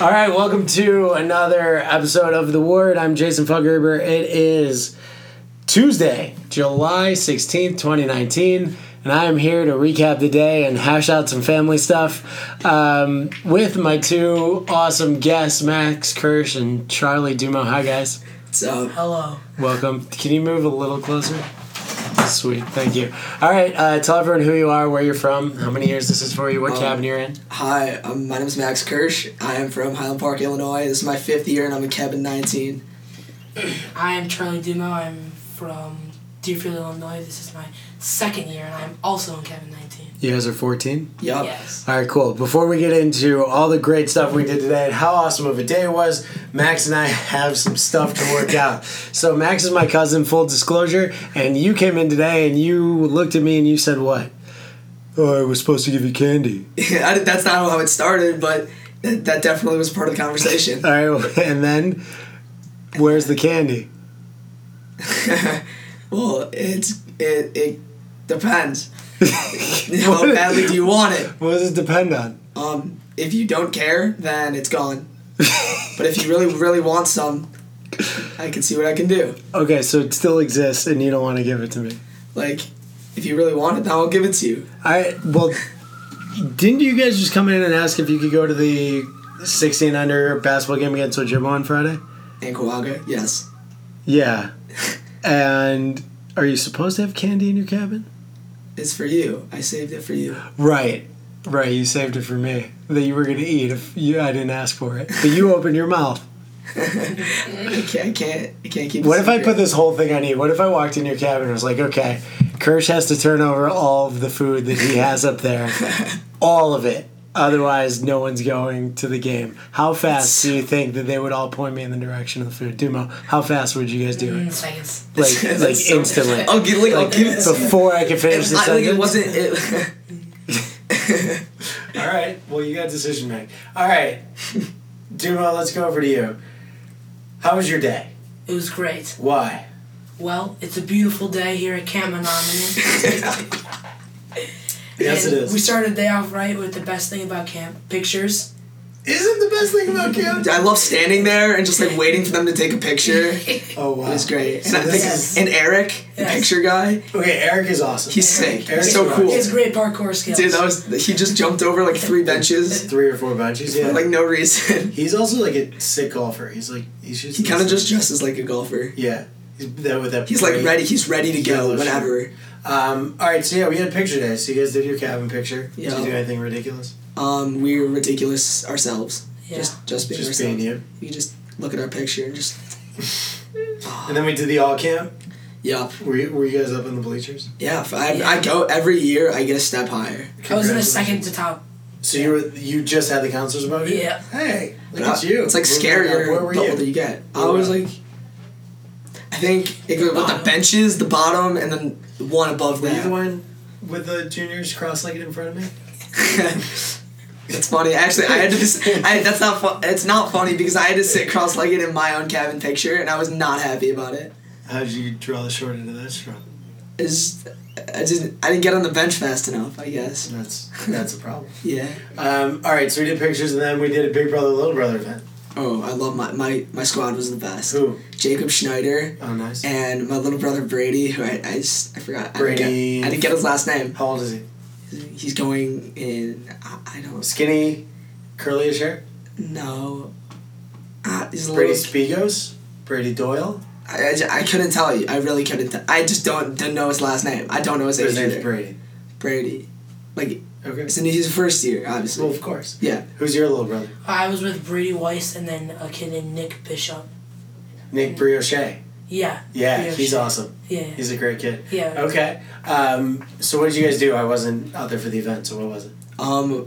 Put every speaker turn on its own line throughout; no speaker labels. All right, welcome to another episode of The Word. I'm Jason Fuggerber. It is Tuesday, July 16th, 2019, and I am here to recap the day and hash out some family stuff um, with my two awesome guests, Max Kirsch and Charlie Dumo. Hi, guys.
So
Hello.
Welcome. Can you move a little closer? Sweet, thank you. All right, uh, tell everyone who you are, where you're from, how many years this is for you, what cabin you're in.
hi, um, my name is Max Kirsch. I am from Highland Park, Illinois. This is my fifth year, and I'm in cabin 19.
I am Charlie Dumo. I'm from Deerfield, Illinois. This is my second year, and I'm also in Cabin 19.
You guys are 14?
Yup.
Yes.
All right, cool. Before we get into all the great stuff we did today and how awesome of a day it was, Max and I have some stuff to work out. So, Max is my cousin, full disclosure, and you came in today and you looked at me and you said, What? Oh, I was supposed to give you candy.
I did- that's not how it started, but th- that definitely was part of the conversation.
All right, and then where's the candy?
well, it's it, it depends. how badly do you want it?
What does it depend on?
Um, if you don't care, then it's gone. but if you really, really want some, I can see what I can do.
Okay, so it still exists and you don't want to give it to me.
Like, if you really want it, then I'll give it to you.
I well, didn't you guys just come in and ask if you could go to the 16 under basketball game against Ojibwa on Friday?
And Kawaga, yes.
Yeah. And are you supposed to have candy in your cabin?
It's for you. I saved it for you.
Right. Right, you saved it for me. That you were going to eat if you, I didn't ask for it. But you opened your mouth.
I can't, I can't, I can't keep. a
What if I
secret.
put this whole thing on you? What if I walked in your cabin and was like, okay, Kirsch has to turn over all of the food that he has up there, all of it. Otherwise, no one's going to the game. How fast do you think that they would all point me in the direction of the food? Dumo, how fast would you guys do
Mm,
it?
seconds.
Like, like instantly.
I'll give, like, I'll give it. To you.
Before I could finish
It's
the
not like
sentence?
it wasn't. It,
All right. Well, you got decision to make. All right, Dumo, let's go over to you. How was your day?
It was great.
Why?
Well, it's a beautiful day here at Cabin 19.
Yes, it
And We
is.
started the day off right with the best thing about camp pictures.
Isn't the best thing about camp?
I love standing there and just like waiting for them to take a picture. It
Oh wow,
was great. And
So
I think,
this is-
and Eric, the
Yes.
picture guy,
okay, Eric is awesome.
he's sick.
Eric's
He's so
rocks.
cool.
He has great parkour skills.
Dude, that was he just jumped over like three benches
three or four bunches. Yeah,
for like no reason.
he's also like a sick golfer. He's like he's just
He kind of just dresses like a golfer.
yeah. He's that with that.
He's like
great-
ready. He's ready to go
Yellow shirt.
whenever.
Um. All right. So yeah, we had picture day. So you guys did your cabin picture. Did
Yeah.
you do anything ridiculous?
Um, we're ridiculous ourselves.
Yeah.
Just just being
Just
ourselves.
being you.
We just look at our picture and just
And then we did the all camp.
yeah
Were you, were you guys up in the bleachers?
yeah. if I, I go every year. I get a step higher.
I was in the
Congratulations.
second to top.
So you were you just had the counselors above you?
Yeah.
Hey, look
Yeah,
at you.
It's like
Where were-
scarier
Where were
the older
you?
you get. I
Where
was
were you?
like, I think it goes with the
Bottom.
benches, the bottom, and then the one above
Were you the
that.
one with the juniors cross-legged in front of me?
That's funny. Actually, I had to. s- I, that's not. Fu- it's not funny because I had to sit cross-legged in my own cabin picture, and I was not happy about it.
How did you draw the short end of that straw?
It's. I didn't. I didn't get on the bench fast enough. I guess.
That's that's a problem.
Yeah.
Um, all right, so we did pictures, and then we did a Big Brother Little Brother event.
Oh, I love my my my squad was the best.
Who?
Jacob Schneider
Oh, nice.
and my little brother Brady, who I I, just, I forgot. I didn't
Brady.
get, I didn't get his last name.
How old is he?
He's going in. I, I don't
Skinny, curly-ish hair.
know. Ah, he's a
Brady
little.
Spigos. Brady Doyle.
I, I, ju- I couldn't tell you. I really couldn't. T- I just don't didn't know his last name. I don't know his age
His name's
either.
Brady.
Brady. Like,
Okay.
it's in his first year, obviously.
Well, of course.
yeah.
Who's your little brother?
I was with Brady Weiss and then a kid named Nick Bishop.
Nick Brioche.
Yeah.
Yeah,
Brioche.
he's awesome.
Yeah.
He's a great kid.
Yeah.
Okay. Um, so what did you guys do? I wasn't out there for the event, so what was it?
Um,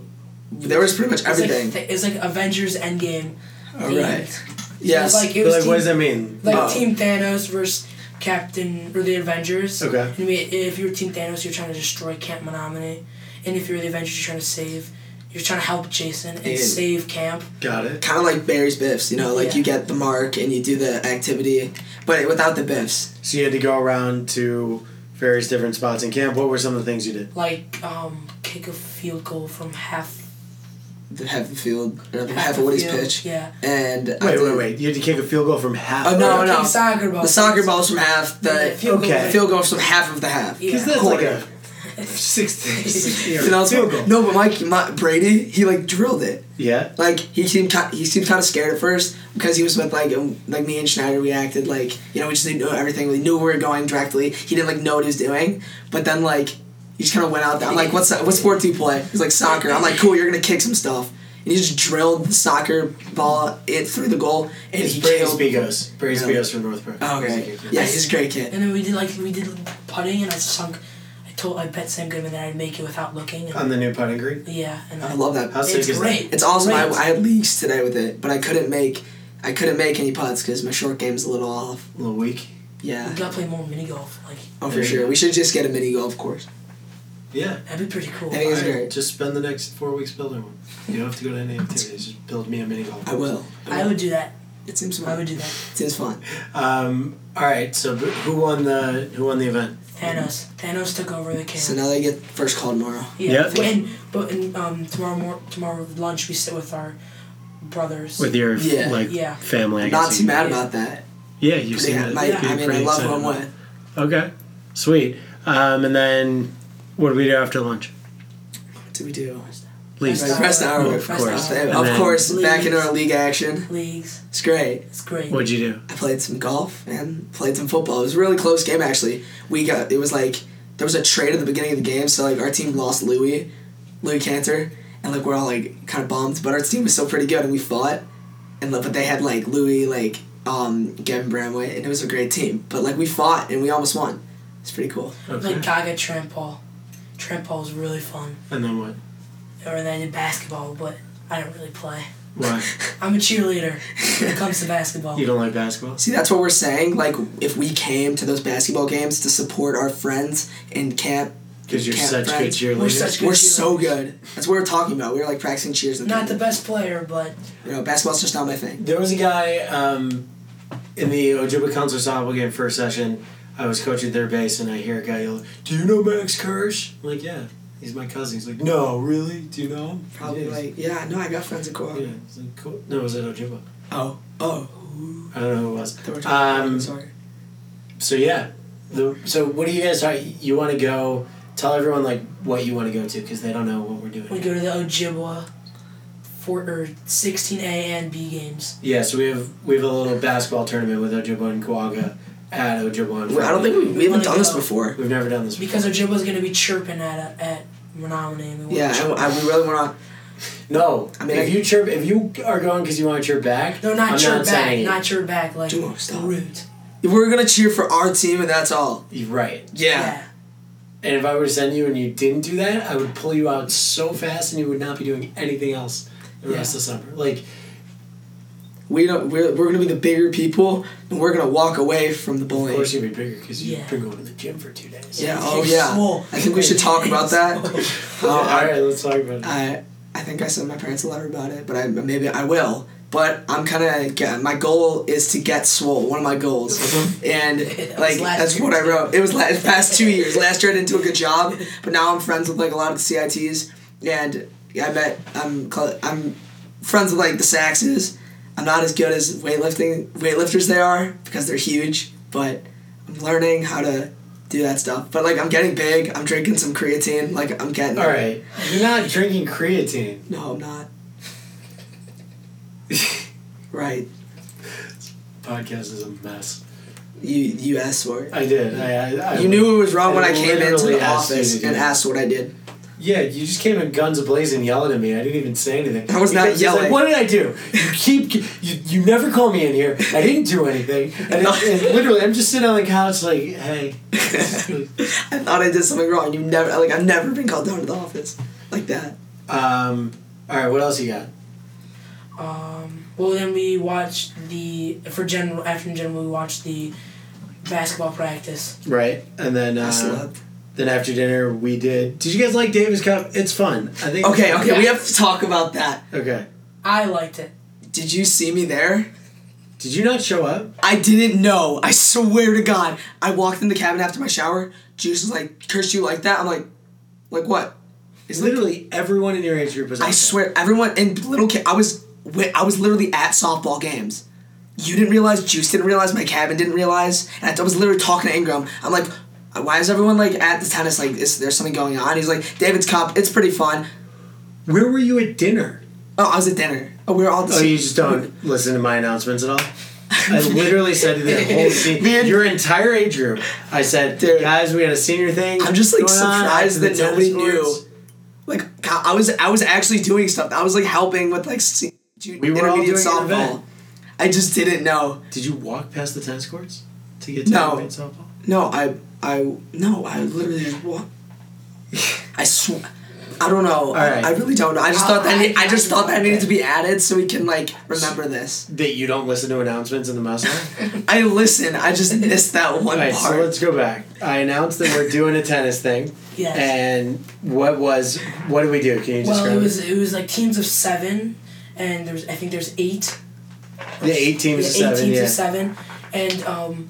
there was pretty much
It's like
everything.
th- It's like, Avengers Endgame.
All
themed.
right.
It was
Yes.
like it was
like,
team,
what does that mean?
like
Oh.
Team Thanos versus Captain or the Avengers.
Okay.
And we, if you're Team Thanos, you're trying to destroy Camp Menominee, and if you're the Avengers, you're trying to save. You're trying to help Jason and
And-
save Camp.
Got it.
kind of like Barry's Biffs, you know, like
Yeah.
you get the mark and you do the activity, but without the Biffs.
So you had to go around to various different spots in camp. What were some of the things you did?
Like um, kick a field goal from half
the half the field or the half of what he's
field.
pitched.
Yeah.
And I
Wait,
did-
wait, wait. You had to kick a field goal from half.
Oh,
Or
no,
kick
no.
soccer ball.
The soccer ball's from half. The
Yeah, field
Okay.
the field goal's from half of the half.
Yeah.
Because that's
Quarter.
like a 60, 60
And I was-
field goal.
no, but Mike my, Brady, he like drilled it.
Yeah.
Like he seemed ki- he seemed kind of scared at first because he was with like um, like me and Schneider. We acted like you know we just didn't know everything. We knew where we were going directly. He didn't like know what he was doing, but then like he just kind of went out there. I'm like, what's that? what sport do you play? He's like soccer. I'm like, cool. You're gonna kick some stuff. And he just drilled the soccer ball it through the goal, and
It's
he
Brady's
killed.
Bigos. Brady's
Yeah.
Bigos from Northbrook.
Oh, okay. Yeah, he's a great kid.
And then we did like we did putting, and I sunk. I told I bet Sam Goodman that I'd make it without looking. And,
On the new putting green.
yeah, and
I
I,
love that.
How sick
it's
is
great.
It's awesome. I,
Great.
I had leagues today with it, but I couldn't make I couldn't make any putts because my short game's a little off.
that? A little weak.
Yeah.
we gotta play more mini golf. Like
Oh,
There
for
you
sure.
go.
We should just get a mini golf course.
Yeah.
that'd be pretty cool.
I think it's
All right,
great.
Just spend the next four weeks building one. You don't have to go to any activities. Just build me a mini golf.
I will.
I would do that.
It seems
I
fun.
would
It
do that.
seems fun.
Um, all right. So who- who won the who won the event?
Thanos. Thanos took over the camp.
So now they get first call tomorrow.
yeah.
Yeah.
And but and, um tomorrow mor- tomorrow lunch we sit with our brothers.
With your
Yeah.
like
Yeah.
family, I
I'm not
guess
too
you-
mad
yeah.
about that.
Yeah, you
Pretty-
seem to
my-
be
I mean, I
pretty
love
excited
who I'm
about
with.
it. Okay, sweet. Um, and then what do we do after lunch?
What do we do?
Least.
Press
Right, Press
hour.
hour.
Well,
Of
of
course.
course. And
Of
then-
course. Back into our
Leagues.
league action.
leagues.
It's great.
It's great.
What'd you do?
I played some golf and played some football. It was a really close game actually. We got it was like there was a trade at the beginning of the game, so like our team lost Louis, Louis Cantor, and like we're all like kind of bummed. But our team was still pretty good, and we fought. And like, but they had like Louis, like um Gavin Bramway, and it was a great team. But like we fought and we almost won. It's pretty cool.
Okay.
Like Gaga trample. Trample was really fun.
And then what?
Or then I did basketball, but I don't really play.
Why?
I'm a cheerleader when it comes to basketball.
You don't like basketball?
See, that's what we're saying. Like if we came to those basketball games to support our friends in camp,
Because you're
Can't
such good
friends.
cheerleaders.
We're such good
we're so good. That's what we're talking about. We were like practicing cheers. And
Not the best player, but
you know basketball's just not my thing.
There was a guy um, in the Ojibwe Council softball game first session. I was coaching their base, and I hear a guy yell, "Do you know Max Kirsch?" I'm like, "Yeah, he's my cousin." He's like, "No, really? Do you know him?"
Probably
yeah.
like, yeah, no, I got friends in
Yeah,
Guam.
it's like, cool. No, it was at Ojibwe.
Oh, oh.
I don't know who it was.
They were talking
Um,
sorry.
So yeah, the, so what do you guys? How, you want to go? Tell everyone like what you want to go to because they don't know what we're doing.
we go to the Ojibwa for or 16A and B games.
Yeah, so we have we have a little basketball tournament with Ojibwe and Quagga at Ojibwe. on
Well, I don't think we, we haven't
wanna
done this
go-
before.
We've never done this before.
Because Ojibwa's gonna be chirping at at Menominee. and we wanna
Yeah,
chirp.
I, I, we really want
No,
I mean,
if
I-
you chirp, if you are going because you want to chirp back,
no, not
I'm
chirp
not
back.
saying
Not chirp back. Like
Dude, stop.
root.
to. We're gonna cheer for our team, and that's all.
You're right.
Yeah.
And if I were to send you and you didn't do that, I would pull you out so fast and you would not be doing anything else the rest of the summer. Like
We don't. We're, we're gonna be the bigger people, and we're gonna walk away from the
of
bullying.
course you'd be bigger because you've
Yeah.
been going to the gym for two days.
Yeah. Oh yeah.
Swole.
I think we should talk about that.
All
Uh,
right, let's talk about it.
Uh,
I I think I sent my parents a letter about it, but I maybe I will. But I'm kind of my goal is to get swole. One of my goals, and
Mm-hmm. That was
like
last
that's
year,
what I
too.
wrote. It was last past two years. Last year I didn't do a good job, but now I'm friends with like a lot of the CITs, and I met I'm cl- I'm friends with like the Saxes. I'm not as good as weightlifting weightlifters they are because they're huge, but I'm learning how to do that stuff. But like I'm getting big. I'm drinking some creatine. Like I'm getting.
All right, you're not drinking creatine.
No, I'm not. Right.
Podcast is a mess.
You you asked for it.
I did. I, I, I
You knew it was wrong when
I
I came into
literally
the
asked you
office
to do
and
it.
asked what I did.
Yeah, you just came in guns blazing, yelling at me. I didn't even say anything.
I was not
He's like,
yelling.
what did I do? You keep you, you never call me in here. I didn't do anything. And, it, and literally, I'm just sitting on the couch like, hey.
I thought I did something wrong. You never like I've never been called down to the office like that.
um, all right, what else you got?
Um, well, then we watched the for general after general we watched the basketball practice.
Right, and then
I
uh,
slept.
then after dinner we did. Did you guys like Davis Cup? It's fun. I think.
Okay, okay, we
Yeah.
have to talk about that.
Okay.
I liked it.
Did you see me there?
Did you not show up?
I didn't know. I swear to God. I walked in the cabin after my shower. Juice was like, "Curse you like that." I'm like, "Like what?" Is
Literally everyone in your age group was.
I
out there.
swear, everyone and little kid. I was wi- I was literally at softball games. You didn't realize, Juice didn't realize, my cabin didn't realize, and I was literally talking to Ingram. I'm like, why is everyone like at the tennis? Like, is there's something going on? He's like, David's Cup. It's pretty fun.
Where were you at dinner?
Oh, I was at dinner. Oh, we were all. at the
Oh,
same-
you just don't listen to my announcements at all. I literally said to the whole scene,
Man.
your entire age group. I said,
Dude.
guys, we had a senior thing.
I'm just like
going on
surprised
after the
that nobody
tennis courts."
knew. Like, God, I was I was actually doing stuff. I was like helping with like se- junior,
We were all
intermediate
doing an event.
softball. I just didn't know.
Did you walk past the tennis courts to get to
No.
the softball?
No, I I no, I literally just walked. I swear. I don't know. I-
Alright.
I, really don't know. I just
Oh,
thought that
I-
ne- I just thought that needed to be added so we can like remember this.
That you don't listen to announcements in the mouse hole?
I listen. I just missed that one
All right, so
part.
let's go back. I announced that we're doing a tennis thing.
Yes.
And what was, what did we do? Can you
well,
describe
it was it was like teams of seven, and there's I think there's eight.
The eight teams of
yeah, eight
seven,
teams
yeah.
of seven, and um,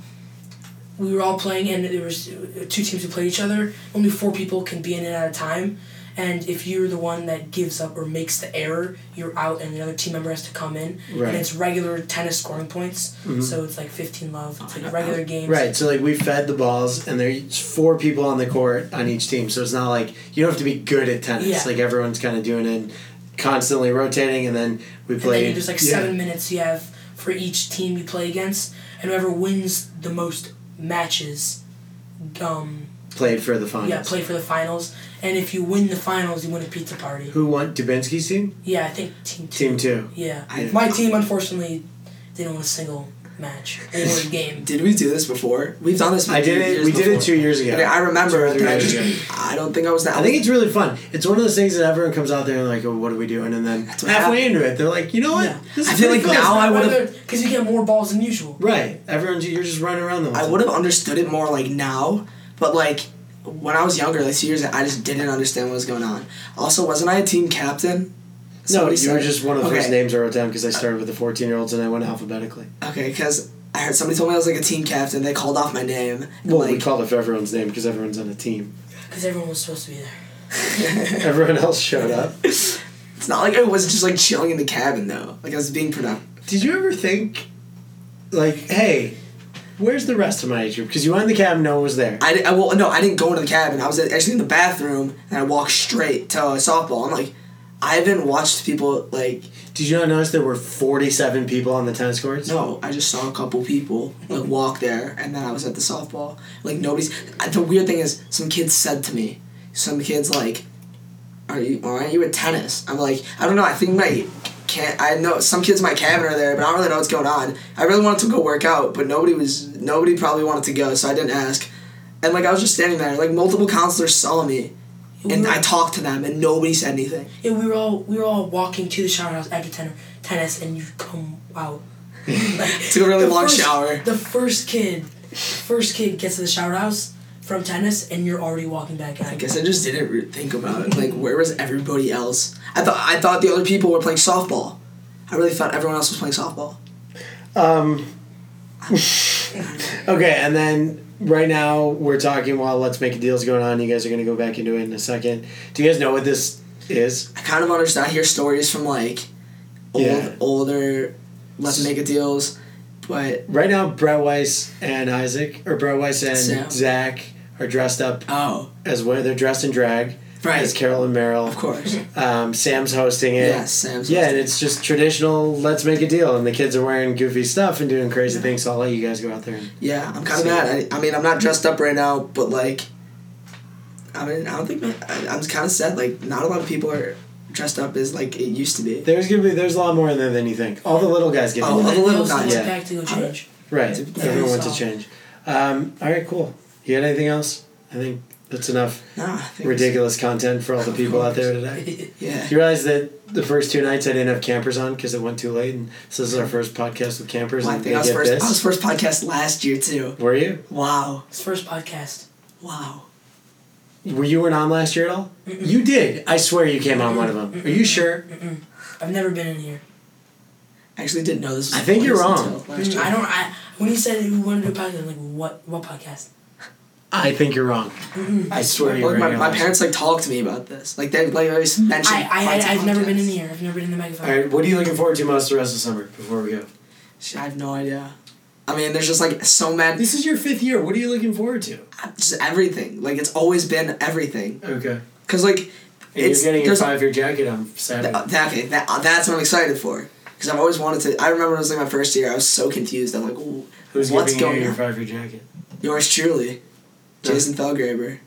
we were all playing, and there was uh, two teams who played each other. Only four people can be in it at a time, and if you're the one that gives up or makes the error, you're out, and the other team member has to come in.
Right. Mm-hmm.
And it's regular tennis scoring points, so it's like fifteen love. It's like regular games.
Uh-huh. Right, so like we fed the balls, and there's four people on the court on each team, so it's not like you don't have to be good at tennis.
Yeah.
Like everyone's kind of doing it, constantly rotating, and then we
And
play.
then there's like
yeah.
seven minutes you have for each team you play against, and whoever wins the most matches, um,
Played for the finals.
yeah, play for the finals. And if you win the finals, you win a pizza party.
Who won? Dubinsky's team.
Yeah, I think team two.
Team two.
Yeah.
I-
My team, unfortunately, didn't win a single match. They won a game.
Did we do this before? We've done this.
I did it.
years
We did
before.
it two years ago.
Okay, I remember.
Two or three
that I,
years
just-
ago.
I don't think I was that.
I think it's really fun. It's one of those things that everyone comes out there and like, oh, what are we doing? And then
what
halfway into it, they're like, you know what?
Yeah.
This
I feel
pretty
like now I would- would've-
Because you get more balls than usual.
Right. Everyone's you're just running around the. whole
I
time.
would have understood it more like now, but like when I was younger, like two years, I just didn't understand what was going on. Also, wasn't I a team captain?
No,
Somebody
you were
said-
just one of the
okay. Uh,
first names I wrote down because I started with the 14 year olds and I went alphabetically.
Okay, because I heard somebody told me I was like a team captain. They called off my name. and,
Well, we
like,
called up everyone's name because everyone's on a team.
Because everyone was supposed to be there.
Everyone else showed up.
it's not like I was just like chilling in the cabin though. Like I was being productive.
Did you ever think, like, hey, where's the rest of my age group? Because you went in the cab, no one was there.
I, di- I well no, I didn't go into the cabin. I was actually in the bathroom and I walked straight to uh, softball. I'm like, I haven't watched people like
Did you not notice there were 47 people on the tennis courts?
No, I just saw a couple people like walk there, and then I was at the softball. Like nobody's. I- The weird thing is, some kids said to me, some kids like, "Are you? Why aren't you at tennis?" I'm like, I don't know. I think my can't. I know some kids in my cabin are there, but I don't really know what's going on. I really wanted to go work out, but nobody was. Nobody probably wanted to go, so I didn't ask. And like I was just standing there. Like multiple counselors saw me, and I talked to them, and nobody said anything.
Yeah, we were all we were all walking to the shower house after ten- tennis, and you come out. like,
Took a really
the
long
first-
shower.
The first kid, first kid gets to the shower house from tennis, and you're already walking back out.
I guess I just didn't re- think about it. Like, where was everybody else? I thought I thought the other people were playing softball. I really thought everyone else was playing softball.
Okay, and then right now we're talking while Let's Make Deal's going on. You guys are going to go back into it in a second. Do you guys know what this is?
I kind of understand. I hear stories from like old
Yeah.
older let's make a deals, but
Right now, Brett Weiss and Isaac, or Brett Weiss and
Sam.
Zach are dressed up
oh
as where they're dressed in drag.
Right.
As Carol and Meryl.
of course
Um, Sam's hosting it.
Yes, Sam's
Yeah,
hosting
and it's just traditional. Let's make a deal, and the kids are wearing goofy stuff and doing crazy things. So I'll let you guys go out there. And,
yeah I'm kind
So-
of mad. I, I mean I'm not dressed up right now, but like I mean I don't think I, I'm kind of sad. Like not a lot of people are dressed up as like it used to be.
there's gonna be there's a lot more in there than you think. All the little guys get
Oh,
in
all
there.
the little
They also
guys.
went
Yeah.
back to go change.
right.
Yeah,
Everyone wants
so-
to change. Um, all right, cool. You got anything else? I think that's enough
Nah, I think it's-
ridiculous content for all the people out there today.
Yeah.
You realize that the first two nights I didn't have campers on because it went too late, and so this is our first podcast with campers.
Well, I
and
think
they
I was
get
first.
this.
I was first podcast last year too.
Were you?
Wow,
His first podcast.
wow.
Were you weren't on last year at all? You did. I swear you came on one of them. Are you sure?
I've never been in here.
I actually didn't know this. was
I think
a
you're
place
wrong.
until last year.
I don't. I when he said we wanted to do a podcast, I'm like, what? What podcast?
I think you're wrong. I swear you're
Like my,
right.
my parents like talked to me about this. Like they like always mentioned.
I, I, I,
Lights and
I've never been in
Podcasts.
the air. I've never been in the megaphone.
All right, what are you looking forward to most the rest of summer before we go?
Shit, I have no idea. I mean, there's just like so many.
This is your fifth year. What are you looking forward to?
Just everything. Like it's always been everything.
Okay.
Cause like
And you're
it's
getting your
there's
five year jacket on Saturday.
Uh, that- okay, that, uh, that's what I'm excited for. Because I've always wanted to. I remember when it was like my first year. I was so confused. I'm like, Ooh,
Who's
what's
giving you
going
your
on?
five year jacket?
Yours truly,
No.
Jason Thalgraber.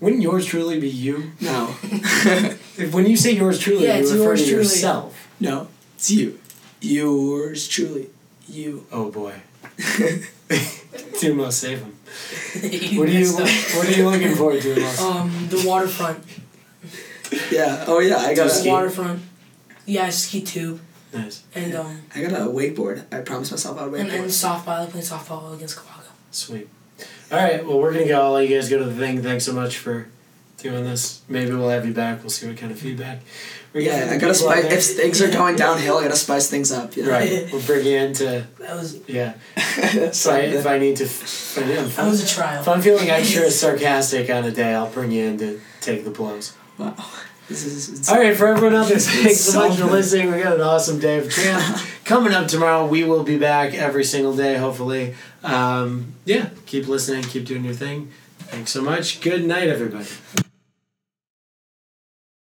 Wouldn't yours truly be you?
No,
If- When you say yours truly,
Yeah,
you
it's
refer
yours
to
truly.
yourself.
no, it's you. Yours truly, you.
Oh boy. Timo, save him.
You
What are you
messed up.
What are you looking forward to most?
Um, the waterfront.
yeah. Oh yeah. I got.
Just
The
ski.
A,
waterfront. Yeah, I ski tube
nice.
and um
I got a wakeboard. I promised myself I'd
and, and
wakeboard.
softball. I played softball against Kawaga.
Sweet. All right. Well, we're gonna go. I'll let you guys go to the thing. Thanks so much for doing this. Maybe we'll have you back. We'll see what kind of feedback. We get
Mm-hmm. Yeah,
from
I
the
gotta
people out
spice.
there.
If things are going downhill, I gotta spice things up. You know?
Right. We'll bring you into
That was
yeah. If
so
I, if I need to, if, I am,
that was a
if
trial.
I'm feeling extra sarcastic on a day, I'll bring you in to take the blows.
wow. This is. It's,
All right, for everyone out there, thanks so much for
Something.
listening. We got an awesome day of camp coming up tomorrow. We will be back every single day, hopefully. Um, yeah, keep listening, keep doing your thing. Thanks so much. Good night, everybody.